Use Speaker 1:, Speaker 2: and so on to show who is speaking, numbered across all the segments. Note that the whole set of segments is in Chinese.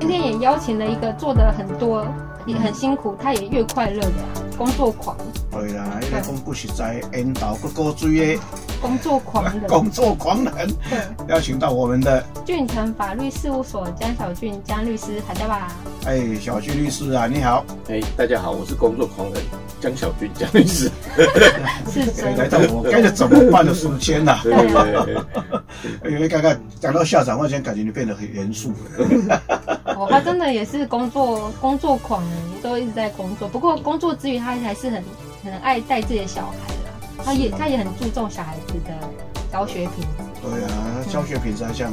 Speaker 1: 今天也邀请了一个做的很多也很辛苦，他也越快乐的啊、工作狂、
Speaker 2: 对啦，迄个讲不实在，引导各个水
Speaker 1: 工作狂
Speaker 2: 的
Speaker 1: 人。
Speaker 2: 工作狂人，
Speaker 1: 对，
Speaker 2: 邀请到我们的
Speaker 1: 俊腾法律事务所江小俊江律师，大家 吧。
Speaker 2: 哎小鞠律师啊，你 好，
Speaker 3: 哎，大家好，我是工作狂人江小军江 律师。
Speaker 1: 是
Speaker 2: 哎
Speaker 1: 真
Speaker 2: 来
Speaker 1: 的，
Speaker 2: 到我该怎么办的时间呐、
Speaker 3: 对对对，
Speaker 2: 因为刚刚讲到校长，我现在感觉你变得很严肃。
Speaker 1: 哦，他真的也是工作工作狂呢，都一直在工作。不过工作之余，他还是很很爱带自己的小孩啦。他也他也很注重小孩子的教学品质。
Speaker 2: 对啊，教学品质来讲，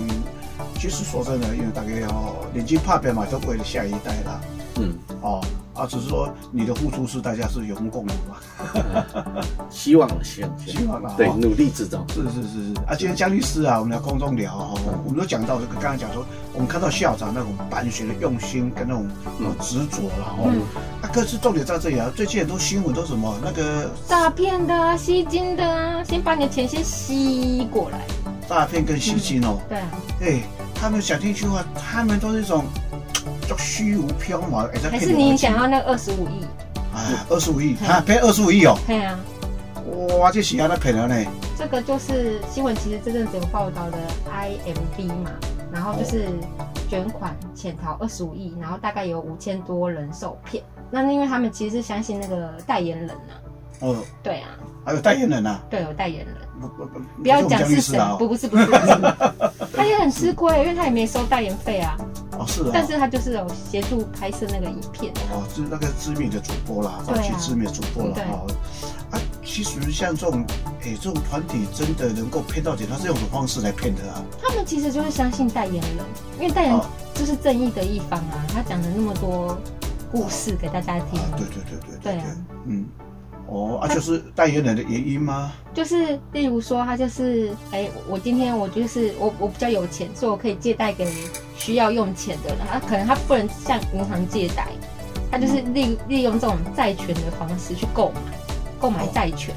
Speaker 2: 其实说真的，因为大家哦，年纪怕表嘛，都为了下一代啦。
Speaker 3: 嗯，
Speaker 2: 哦啊，只是说你的付出是大家是有目共睹嘛，
Speaker 3: 希望希望
Speaker 2: 希望啦。
Speaker 3: 对，
Speaker 2: 哦
Speaker 3: 努力制造。
Speaker 2: 是是是是啊，今天江律师啊，我们来空中聊哦，我们都讲到这个，刚刚讲说，我们看到校长那种办学的用心跟那种
Speaker 3: 嗯
Speaker 2: 呃执着了
Speaker 1: 嗯
Speaker 2: 哦。啊，可是重点在这里啊，最近很多新闻都什么那个
Speaker 1: 诈骗的啊，吸金的啊，先把你的钱先吸过来。
Speaker 2: 诈骗跟吸金哦，
Speaker 1: 对啊，
Speaker 2: 哎，他们讲听一句话，他们都是一种叫虚无缥缈，哎，在
Speaker 1: 还
Speaker 2: 骗
Speaker 1: 是
Speaker 2: 人的
Speaker 1: 你
Speaker 2: 钱
Speaker 1: 想要那二十五亿？
Speaker 2: 啊，二十五亿啊，赔二十五亿哦，
Speaker 1: 对啊，
Speaker 2: 哇，这是安那赔了呢，
Speaker 1: 这个就是新闻，其实这阵子有报道的 IMB 嘛，然后就是卷款潜逃二十五亿，然后大概有五千多人受骗。那因为他们其实是相信那个代言人啊，
Speaker 2: 哦，
Speaker 1: 对啊，嗯
Speaker 2: 还有代言人啊，
Speaker 1: 对，有代言人。
Speaker 2: 不不不，
Speaker 1: 不要讲
Speaker 2: 江律
Speaker 1: 是
Speaker 2: 师
Speaker 1: 谁
Speaker 2: 啊，，
Speaker 1: 不
Speaker 2: 哦，
Speaker 1: 不是不是，不是 他也很吃亏，因为他也没收代言费啊，
Speaker 2: 哦是啊，
Speaker 1: 但是他就是有协助拍摄那个影片。
Speaker 2: 哦，就是那个知名的主播啦，早
Speaker 1: 对啊
Speaker 2: 期知名的主播啦
Speaker 1: 对，
Speaker 2: 哦，啊，其实像这种，哎，这种团体真的能够骗到钱，他是用什么方式来骗的啊？
Speaker 1: 他们其实就是相信代言人，因为代言人
Speaker 2: 哦
Speaker 1: 就是正义的一方啊。他讲了那么多故事给大家听
Speaker 2: 啊，，对对对对
Speaker 1: 对啊
Speaker 2: 嗯，哦啊，就是代言人的原因吗？
Speaker 1: 就是例如说，他就是哎、我今天我就是我我比较有钱，所以我可以借贷给需要用钱的人。他可能他不能向银行借贷，他就是
Speaker 2: 嗯
Speaker 1: 利利用这种债权的方式去购买购
Speaker 2: 哦
Speaker 1: 买债权。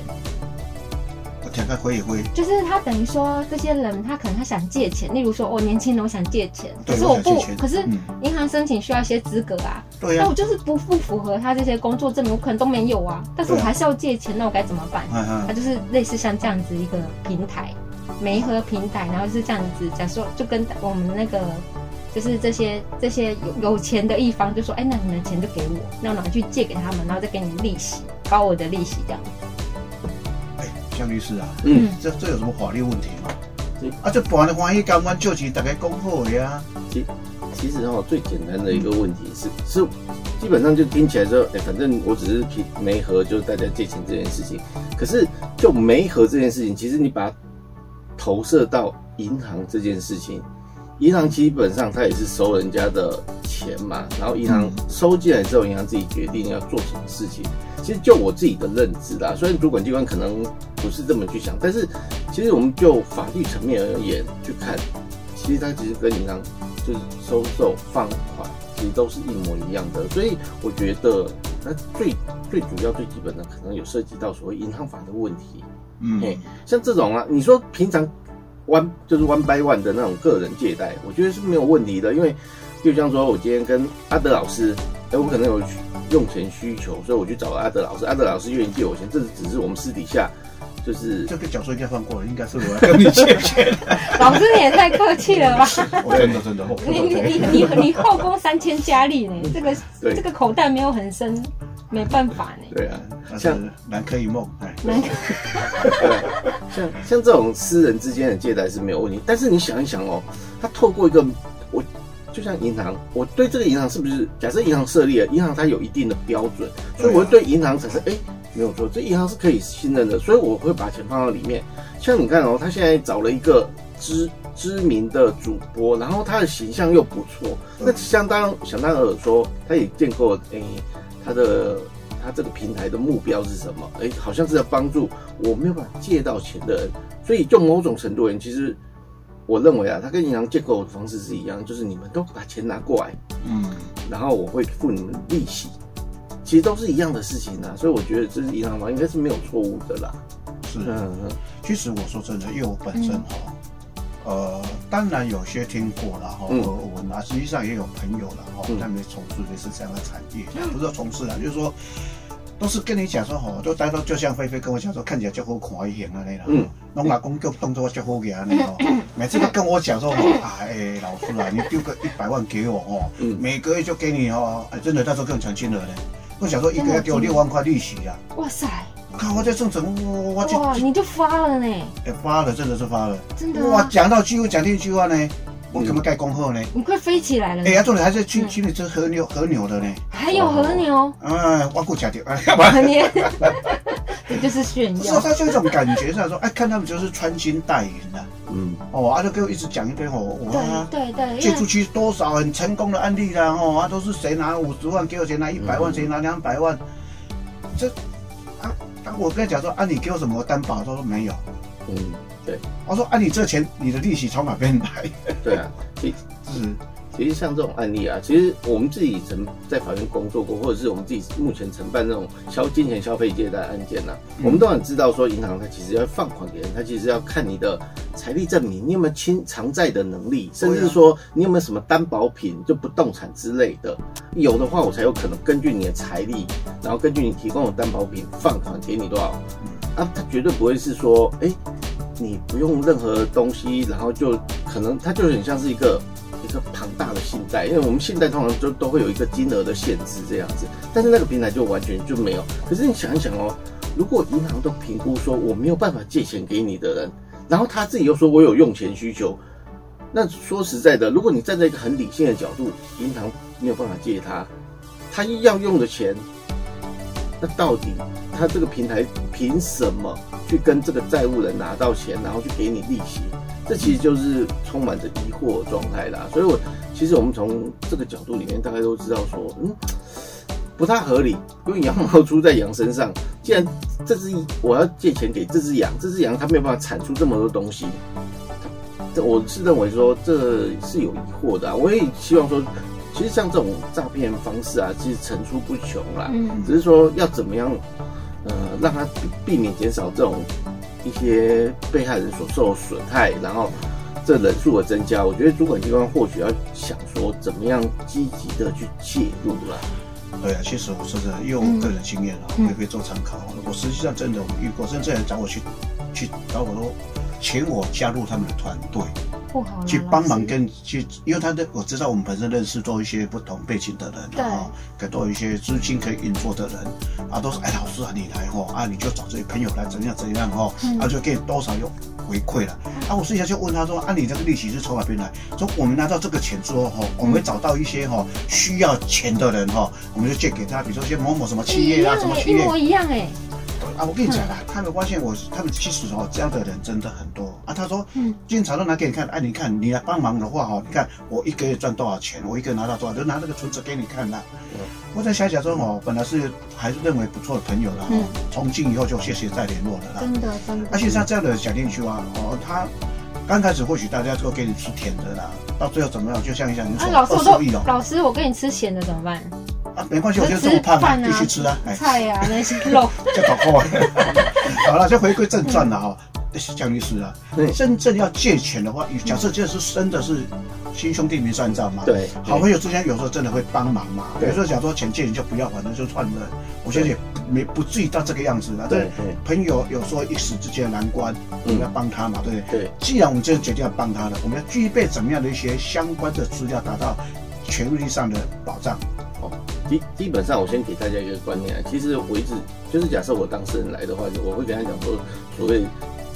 Speaker 2: 我听他回一回，
Speaker 1: 就是他等于说，这些人他可能他想借钱，例如说，哦，年轻人我想借钱，可
Speaker 2: 对
Speaker 1: 是我
Speaker 2: 我想
Speaker 1: 不
Speaker 2: 借钱，
Speaker 1: 可是
Speaker 2: 嗯
Speaker 1: 银行申请需要一些资格啊，
Speaker 2: 对
Speaker 1: 那
Speaker 2: 呀
Speaker 1: 我，就是不不符合他这些工作证明，我可能都没有啊，但是我
Speaker 2: 对啊
Speaker 1: 还是要借钱，那我该怎么办？
Speaker 2: 嗯嗯
Speaker 1: 它就是类似像这样子一个平台，媒合平台，然后是这样子，假说就跟我们那个。就是这些这些有有钱的一方就说，哎，那你们的钱就给我，那我拿去借给他们，然后再给你利息，高额的利息这样。
Speaker 2: 哎，江律师啊，
Speaker 3: 嗯，
Speaker 2: 这这有什么法律问题吗
Speaker 3: 对？
Speaker 2: 啊，这办的欢喜甘愿就钱，大家讲好的啊。
Speaker 3: 其实哦，最简单的一个问题是是，基本上就听起来说，哎，反正我只是提没和，就是大家借钱这件事情。可是就没和这件事情，其实你把它投射到银行这件事情，银行基本上它也是收人家的钱嘛，然后银行
Speaker 2: 嗯
Speaker 3: 收进来之后，银行自己决定要做什么事情。其实就我自己的认知啦，虽然主管机关可能不是这么去想，但是其实我们就法律层面而言去看，其实它其实跟银行就是收受放款，其实都是一模一样的。所以我觉得那最最主要最基本的，可能有涉及到所谓银行法的问题。
Speaker 2: 嗯，
Speaker 3: 哎、像这种啊，你说平常 one 就是 one by one 的那种个人借贷，我觉得是没有问题的，因为就像说我今天跟阿德老师，哎、我可能有用钱需求，所以我去找了阿德老师，阿德老师愿意借我钱，这只是我们私底下就是
Speaker 2: 这个角色应该放过了，应该是我来跟你借 钱。
Speaker 1: 老师你也太客气 了吧？
Speaker 2: 我真的真哦的，我不
Speaker 1: 你你
Speaker 2: 懂
Speaker 1: 你你你后宫三千佳丽呢？这个
Speaker 3: 对
Speaker 1: 这个口袋没有很深，没办法呢。
Speaker 3: 对啊，
Speaker 2: 但
Speaker 3: 像
Speaker 2: 是南柯一梦，哎，
Speaker 1: 难
Speaker 3: 对啊，像像这种私人之间的借贷是没有问题，但是你想一想哦，他透过一个我，就像银行，我对这个银行是不是假设银行设立了，银行它有一定的标准，所以
Speaker 2: 啊
Speaker 3: 我会对银行产生哎、没有错，这银行是可以信任的，所以我会把钱放到里面。像你看哦，他现在找了一个知知名的主播，然后他的形象又不错，那相当想当然尔说，他也见过诶、他的他这个平台的目标是什么？诶、好像是要帮助我没有办法借到钱的人，所以就某种程度而言，其实我认为啊，他跟银行借口的方式是一样，就是你们都把钱拿过来，
Speaker 2: 嗯，
Speaker 3: 然后我会付你们利息，其实都是一样的事情啊，所以我觉得这是银行法应该是没有错误的啦。
Speaker 2: 是。嗯
Speaker 3: 嗯，
Speaker 2: 其实我说真的，因为我本身哈，呃，大当然有些听过了哈，
Speaker 3: 嗯
Speaker 2: 耳闻啊，实际上也有朋友了哈
Speaker 3: 嗯，
Speaker 2: 他们从事类似这样的产业，不是说从事啊，就是说都是跟你讲说吼，都大家都就像菲菲跟我讲说，看起来就好看一型啊那啦
Speaker 3: 嗯，
Speaker 2: 拢阿公叫动作就好个啊那 哦，每次都跟我讲说，啊哎老师啊，你丢个一百万给我哦，
Speaker 3: 嗯
Speaker 2: 每个月就给你哦，哎真的那时候更成亲了呢，我想说一个月给我六万块利息啊，
Speaker 1: 哇塞，
Speaker 2: 看我在圣城，我我就
Speaker 1: 哇，你就发了呢，
Speaker 2: 哎发了，真的是发了。
Speaker 1: 真的
Speaker 2: 哇，
Speaker 1: 啊，
Speaker 2: 讲到几乎讲这句话呢，我怎么盖恭贺呢？
Speaker 1: 你快飞起来了
Speaker 2: 哎、
Speaker 1: 呢，
Speaker 2: 呀，重点还是去
Speaker 1: 嗯
Speaker 2: 去你吃和牛和牛的呢，
Speaker 1: 还有和牛，
Speaker 2: 哎，我够假的， 哎，
Speaker 1: 和牛，这就是炫
Speaker 2: 不是，
Speaker 1: 耀，
Speaker 2: 他就一种感觉上说，哎，看他们就是穿金戴银的、
Speaker 3: 嗯，
Speaker 2: 哦，啊，就给我一直讲一堆哦，
Speaker 1: 对
Speaker 2: 哇，
Speaker 1: 对对，
Speaker 2: 借
Speaker 1: 因
Speaker 2: 出
Speaker 1: 为
Speaker 2: 去多少很成功的案例啦，哦，啊，都是谁拿五十万给我，谁拿一百万，
Speaker 3: 嗯
Speaker 2: 谁拿两百万，这，啊，啊我跟他讲说，啊，你给我什么担保？他说没有，
Speaker 3: 嗯，对
Speaker 2: 我说啊，你这钱你的利息从哪边来？
Speaker 3: 对啊，其
Speaker 2: 是，
Speaker 3: 其实像这种案例啊，其实我们自己曾在法院工作过，或者是我们自己目前承办那种消金钱消费借贷案件呐、啊
Speaker 2: 嗯
Speaker 3: 我们都很知道说，银行它其实要放款给人，它其实要看你的财力证明，你有没有清偿债的能力，甚至说你有没有什么担保品，就不动产之类的，有的话我才有可能根据你的财力，然后根据你提供的担保品放款给你多少啊，他绝对不会是说，哎、你不用任何东西，然后就可能它就很像是一个一个庞大的信贷，因为我们信贷通常就都会有一个金额的限制这样子，但是那个平台就完全就没有。可是你想一想哦，如果银行都评估说我没有办法借钱给你的人，然后他自己又说我有用钱需求，那说实在的，如果你站在一个很理性的角度，银行没有办法借他，他要用的钱，那到底他这个平台凭什么去跟这个债务人拿到钱，然后去给你利息？这其实就是充满着疑惑的状态啦。所以我其实我们从这个角度里面，大概都知道说，嗯，不太合理，因为羊毛出在羊身上。既然这只我要借钱给这只羊，这只羊它没有办法产出这么多东西，这我是认为说这是有疑惑的、啊。我也希望说，其实像这种诈骗方式啊，其实层出不穷啦。
Speaker 1: 嗯，
Speaker 3: 只是说要怎么样，呃，让他避避免减少这种一些被害人所受的损害，然后这人数的增加，我觉得主管机关或许要想说怎么样积极的去介入啦。
Speaker 2: 对啊，其实我真的用我个人经验啊，
Speaker 1: 嗯
Speaker 2: 可以做参考。我实际上真的我遇过，甚至有人找我去，去找我说，请我加入他们的团队，
Speaker 1: 不好了，
Speaker 2: 去帮
Speaker 1: 老
Speaker 2: 忙
Speaker 1: 师
Speaker 2: 跟去，因为他的我知道我们本身认识做一些不同背景的人啊，给多一些资金可以运作的人啊，都是哎老师啊你来哦啊你就找这些朋友来怎样怎样哦，
Speaker 1: 嗯
Speaker 2: 啊就给你多少有回馈了。啊我私下就问他说啊你这个利息是从哪边来？说我们拿到这个钱之后哈，我们会找到一些哈需要钱的人哈，我们就借给他，比如说一些某某什么企业啊什么
Speaker 1: 哎
Speaker 2: 企
Speaker 1: 一
Speaker 2: 业
Speaker 1: 样哎，一模一样哎，
Speaker 2: 啊，我跟你讲啦，他们发现我，他们其实哦，这样的人真的很多啊。他说，
Speaker 1: 嗯
Speaker 2: 经常都拿给你看，哎、你看你来帮忙的话哦，你看我一个月赚多少钱，我一个月拿到多少，就拿那个存折给你看啦。
Speaker 3: 嗯
Speaker 2: 我在想想说哦，本来是还是认为不错的朋友啦，哦，从今以后就谢谢再联络了
Speaker 1: 嗯
Speaker 2: 啦。啊
Speaker 1: 真的真的，
Speaker 2: 而且像这样的小进去啊，哦，他刚开始或许大家都给你吃甜的啦，到最后怎么样，就像像你说
Speaker 1: 啊，老师我
Speaker 2: 二十亿
Speaker 1: 都
Speaker 2: 哦，
Speaker 1: 老师，我跟你吃咸的怎么办？
Speaker 2: 啊，没关系，我就这么胖啊，继续吃啊，哎。
Speaker 1: 菜 呀、那些肉，
Speaker 2: 就搞破 了。好了，就回归正传了哈、江律师啊，
Speaker 3: 对嗯
Speaker 2: 真正要借钱的话，假设这是真的是亲兄弟明算账嘛，，
Speaker 3: 对，
Speaker 2: 好朋友之间有时候真的会帮忙嘛，
Speaker 3: 对
Speaker 2: 有时候想说钱借你就不要，反正就算了。我觉得也没不至于到这个样子啊，但
Speaker 3: 对嗯对
Speaker 2: 朋友有时候一时之间的难关，我们要帮他嘛，对不对？
Speaker 3: 对，
Speaker 2: 既然我们真的决定要帮他了，我们要具备怎么样的一些相关的资料，达到权利上的保障？
Speaker 3: 基基本上我先给大家一个观念啊，其实我一直就是假设我当事人来的话，我会跟他讲说，所谓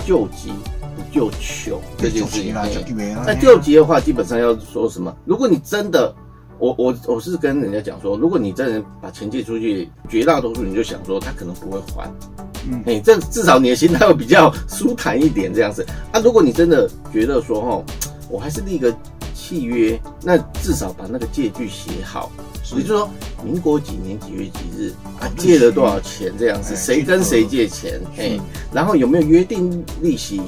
Speaker 3: 救急不救穷这件
Speaker 2: 就
Speaker 3: 事
Speaker 2: 急
Speaker 3: 情。
Speaker 2: 了，
Speaker 3: 嘿
Speaker 2: 就急了。
Speaker 3: 那救急的话，基本上要说什么？如果你真的，我我我是跟人家讲说，如果你真的把钱借出去，绝大多数你就想说他可能不会还，
Speaker 2: 嗯
Speaker 3: 哎，这至少你的心态会比较舒坦一点这样子。啊，如果你真的觉得说哦，我还是立个契约，那至少把那个借据写好，
Speaker 2: 是
Speaker 3: 也就是说民国几年几月几日啊
Speaker 2: 哦，
Speaker 3: 借了多少钱这样子，
Speaker 2: 哎
Speaker 3: 谁跟谁借钱，哎
Speaker 2: 是，
Speaker 3: 然后有没有约定利息，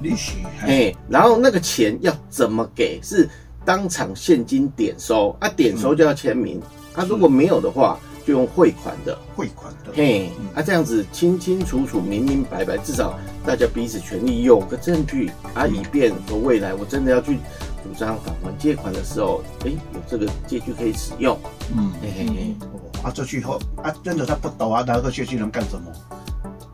Speaker 2: 利息，
Speaker 3: 哎、然后那个钱要怎么给？
Speaker 2: 嗯
Speaker 3: 是当场现金点收啊，点收就要签名啊，如果没有的话，就用汇款的，
Speaker 2: 汇款的，
Speaker 3: 嘿
Speaker 2: 嗯，
Speaker 3: 啊这样子清清楚楚、明明白白，至少大家彼此权利有个证据啊，
Speaker 2: 嗯
Speaker 3: 以便说未来我真的要去主张返还借款的时候，哎，有这个借据可以使用，
Speaker 2: 嗯，
Speaker 3: 嘿嘿嘿。
Speaker 2: 哦啊，这句后啊，真的他不懂啊，拿个借据能干什么？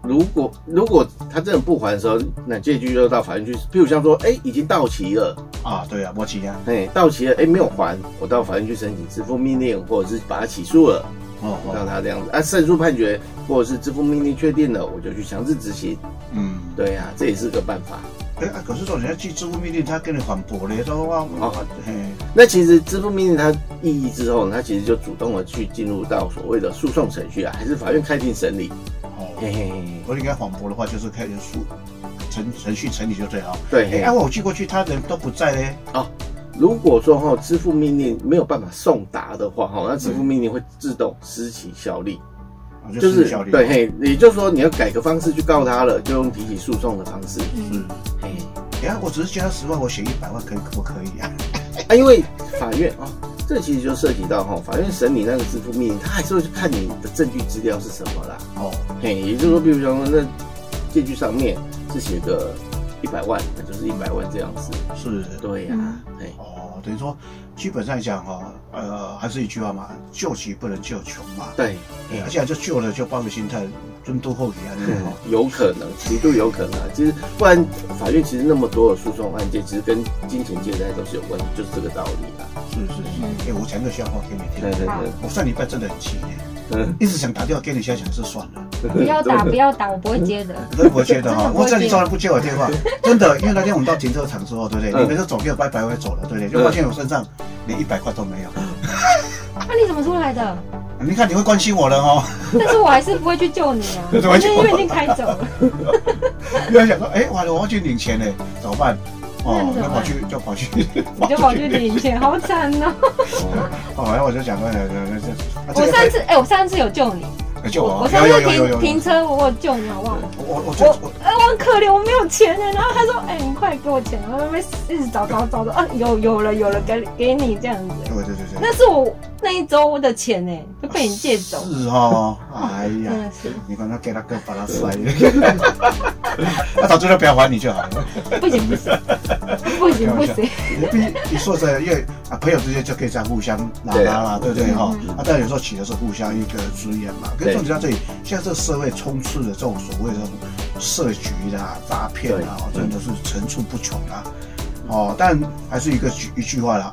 Speaker 3: 如果如果他真的不还的时候，那借据就到法院去，譬如像说，哎，已经到期了，
Speaker 2: 啊，对啊，莫急啊，
Speaker 3: 哎，到期了，哎，没有还，我到法院去申请支付命令，或者是把他起诉了，
Speaker 2: 哦
Speaker 3: 让
Speaker 2: 哦，
Speaker 3: 他这样子啊，胜诉判决或者是支付命令确定了，我就去强制执行。
Speaker 2: 嗯，
Speaker 3: 对呀、这也是个办法。
Speaker 2: 哎啊，可是说人家寄支付命令，他跟你反驳嘞，说哇，我
Speaker 3: 哦
Speaker 2: 嘿，
Speaker 3: 那其实支付命令它异议之后呢，它其实就主动的去进入到所谓的诉讼程序啊，还是法院开庭审理。嘿
Speaker 2: 哦，
Speaker 3: 嘿嘿，
Speaker 2: 我应该反驳的话，就是开始诉程程序成立就最好。
Speaker 3: 对
Speaker 2: 哎，
Speaker 3: 嘿
Speaker 2: 啊，。我寄过去，他人都不在嘞，
Speaker 3: 哦，如果说哈、支付命令没有办法送达的话哈、那支付命令会自动失其效力，
Speaker 2: 啊就
Speaker 3: 就是是
Speaker 2: 效力，
Speaker 3: 对，嘿，也就是说你要改个方式去告他了，就用提起诉讼的方式。
Speaker 2: 是
Speaker 1: 嗯，。
Speaker 3: 嘿，
Speaker 2: 哎呀，我只是借他十万，我写一百万，可以可不可以啊？
Speaker 3: 啊，因为法院啊、这其实就涉及到哈、法院审理那个支付命令，他还是会去看你的证据资料是什么啦。
Speaker 2: 哦，
Speaker 3: 嘿，也就是说，比如说那借据上面是写个一百万，那就是一百万这样子。
Speaker 2: 是，
Speaker 3: 对呀、嘿，
Speaker 2: 哦，等于说，基本上讲哈、哦，呃，还是一句话嘛，救急不能救穷嘛。
Speaker 3: 对，啊
Speaker 2: 对，而且就救了就抱个心态，尊都后给啊，那种哦。
Speaker 3: 有可能，极度有可能啊。其实，不然法院其实那么多的诉讼案件，其实跟金钱借贷都是有关系，就是这个道理啦。
Speaker 2: 是是是。
Speaker 1: 嗯
Speaker 2: 哎、我讲个笑话给你
Speaker 3: 对
Speaker 2: 听。
Speaker 3: 对
Speaker 1: 好
Speaker 3: 对，
Speaker 2: 我上礼拜真的很气耶，
Speaker 3: 嗯，
Speaker 2: 一直想打电话给你，现在想是算了。
Speaker 1: 不要打，不要打，我不会接的。
Speaker 2: 我不 接的哈、哦
Speaker 1: 真的不会
Speaker 2: 我这里
Speaker 1: 接
Speaker 2: 从来不接 我电话，真的，因为那天我们到停车场之后，对不对？
Speaker 3: 嗯
Speaker 2: 你们就走掉，拜拜，我也走了，对不对？就发现我身上连一百块都没有。
Speaker 1: 啊，你怎么出来的？
Speaker 2: 你看你会关心我了哦，
Speaker 1: 但是我还是不会去救你 啊，
Speaker 2: 对我
Speaker 1: 反
Speaker 2: 就
Speaker 1: 正因为已经开走 了。
Speaker 2: 因为想说，哎、完了，我要去领钱嘞，怎么办？哦，
Speaker 1: 那你怎么
Speaker 2: 就跑
Speaker 1: 办
Speaker 2: 去就跑去，
Speaker 1: 你就跑去领钱，好惨 哦！
Speaker 2: 哦，然后我就讲说，哎哎哎
Speaker 1: 我
Speaker 2: 这
Speaker 1: 上次，哎、我上次有救你，
Speaker 2: 哎救
Speaker 1: 我
Speaker 2: 我
Speaker 1: 我
Speaker 2: 啊，
Speaker 1: 上
Speaker 2: 有
Speaker 1: 次
Speaker 2: 有有有
Speaker 1: 停
Speaker 2: 有
Speaker 1: 停，车，我有救你，好不好？
Speaker 2: 我我最
Speaker 1: 我哎、我很可怜，我没有钱呢。然后他说，哎、你快给我钱，然后一直找找找找，啊，有有了有了，给给你这样子。
Speaker 2: 对对对对，
Speaker 1: 那是我那一周的钱呢，就被你借走，嗯
Speaker 2: 是哦，哎
Speaker 1: 真
Speaker 2: 呀，
Speaker 1: 的是啊
Speaker 2: 你管他给他哥把他摔， 那早知道不要还你就好了。
Speaker 1: 不行不行不行不行，
Speaker 2: 你毕你说真的，因为啊朋友之间就可以这样互相拉
Speaker 3: 对
Speaker 2: 拉
Speaker 3: 啊
Speaker 2: 啦，对不对哈
Speaker 1: 嗯？
Speaker 2: 啊，但有时候起的是互相一个支援嘛。可是
Speaker 3: 对
Speaker 2: 重点在这里，现在这个社会充斥着这种所谓的这种设局的啊、诈骗啊，
Speaker 3: 对
Speaker 2: 真的是层出不穷啊。哦，但还是一个句一句话啦，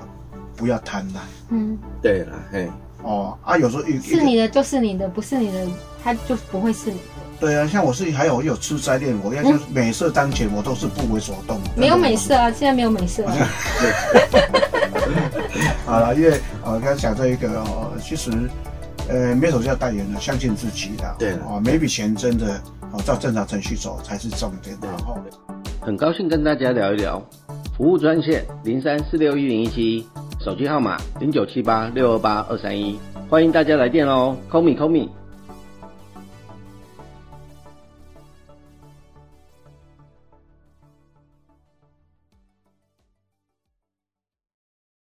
Speaker 2: 不要贪婪。
Speaker 1: 嗯，
Speaker 3: 对啦，嘿，
Speaker 2: 哦啊，有时候一一
Speaker 1: 是
Speaker 2: 个
Speaker 1: 你的就是你的，不是你的，他就不会是你的。
Speaker 2: 对啊，像我是还有我有吃斋念佛，要是美色当前，我都是不为所动。
Speaker 1: 嗯没有美色啊，现在没有美色啊。
Speaker 2: 好了，因为呃，刚才讲这一个哦，其实呃，没什么叫代言的，相信自己的。
Speaker 3: 对
Speaker 2: 哦，每笔钱真的哦，照正常程序走才是重点。哦然后
Speaker 4: 很高兴跟大家聊一聊。服务专线零三四六一零一七，手机号码零九七八六二八二三一，欢迎大家来电哦，call me call me。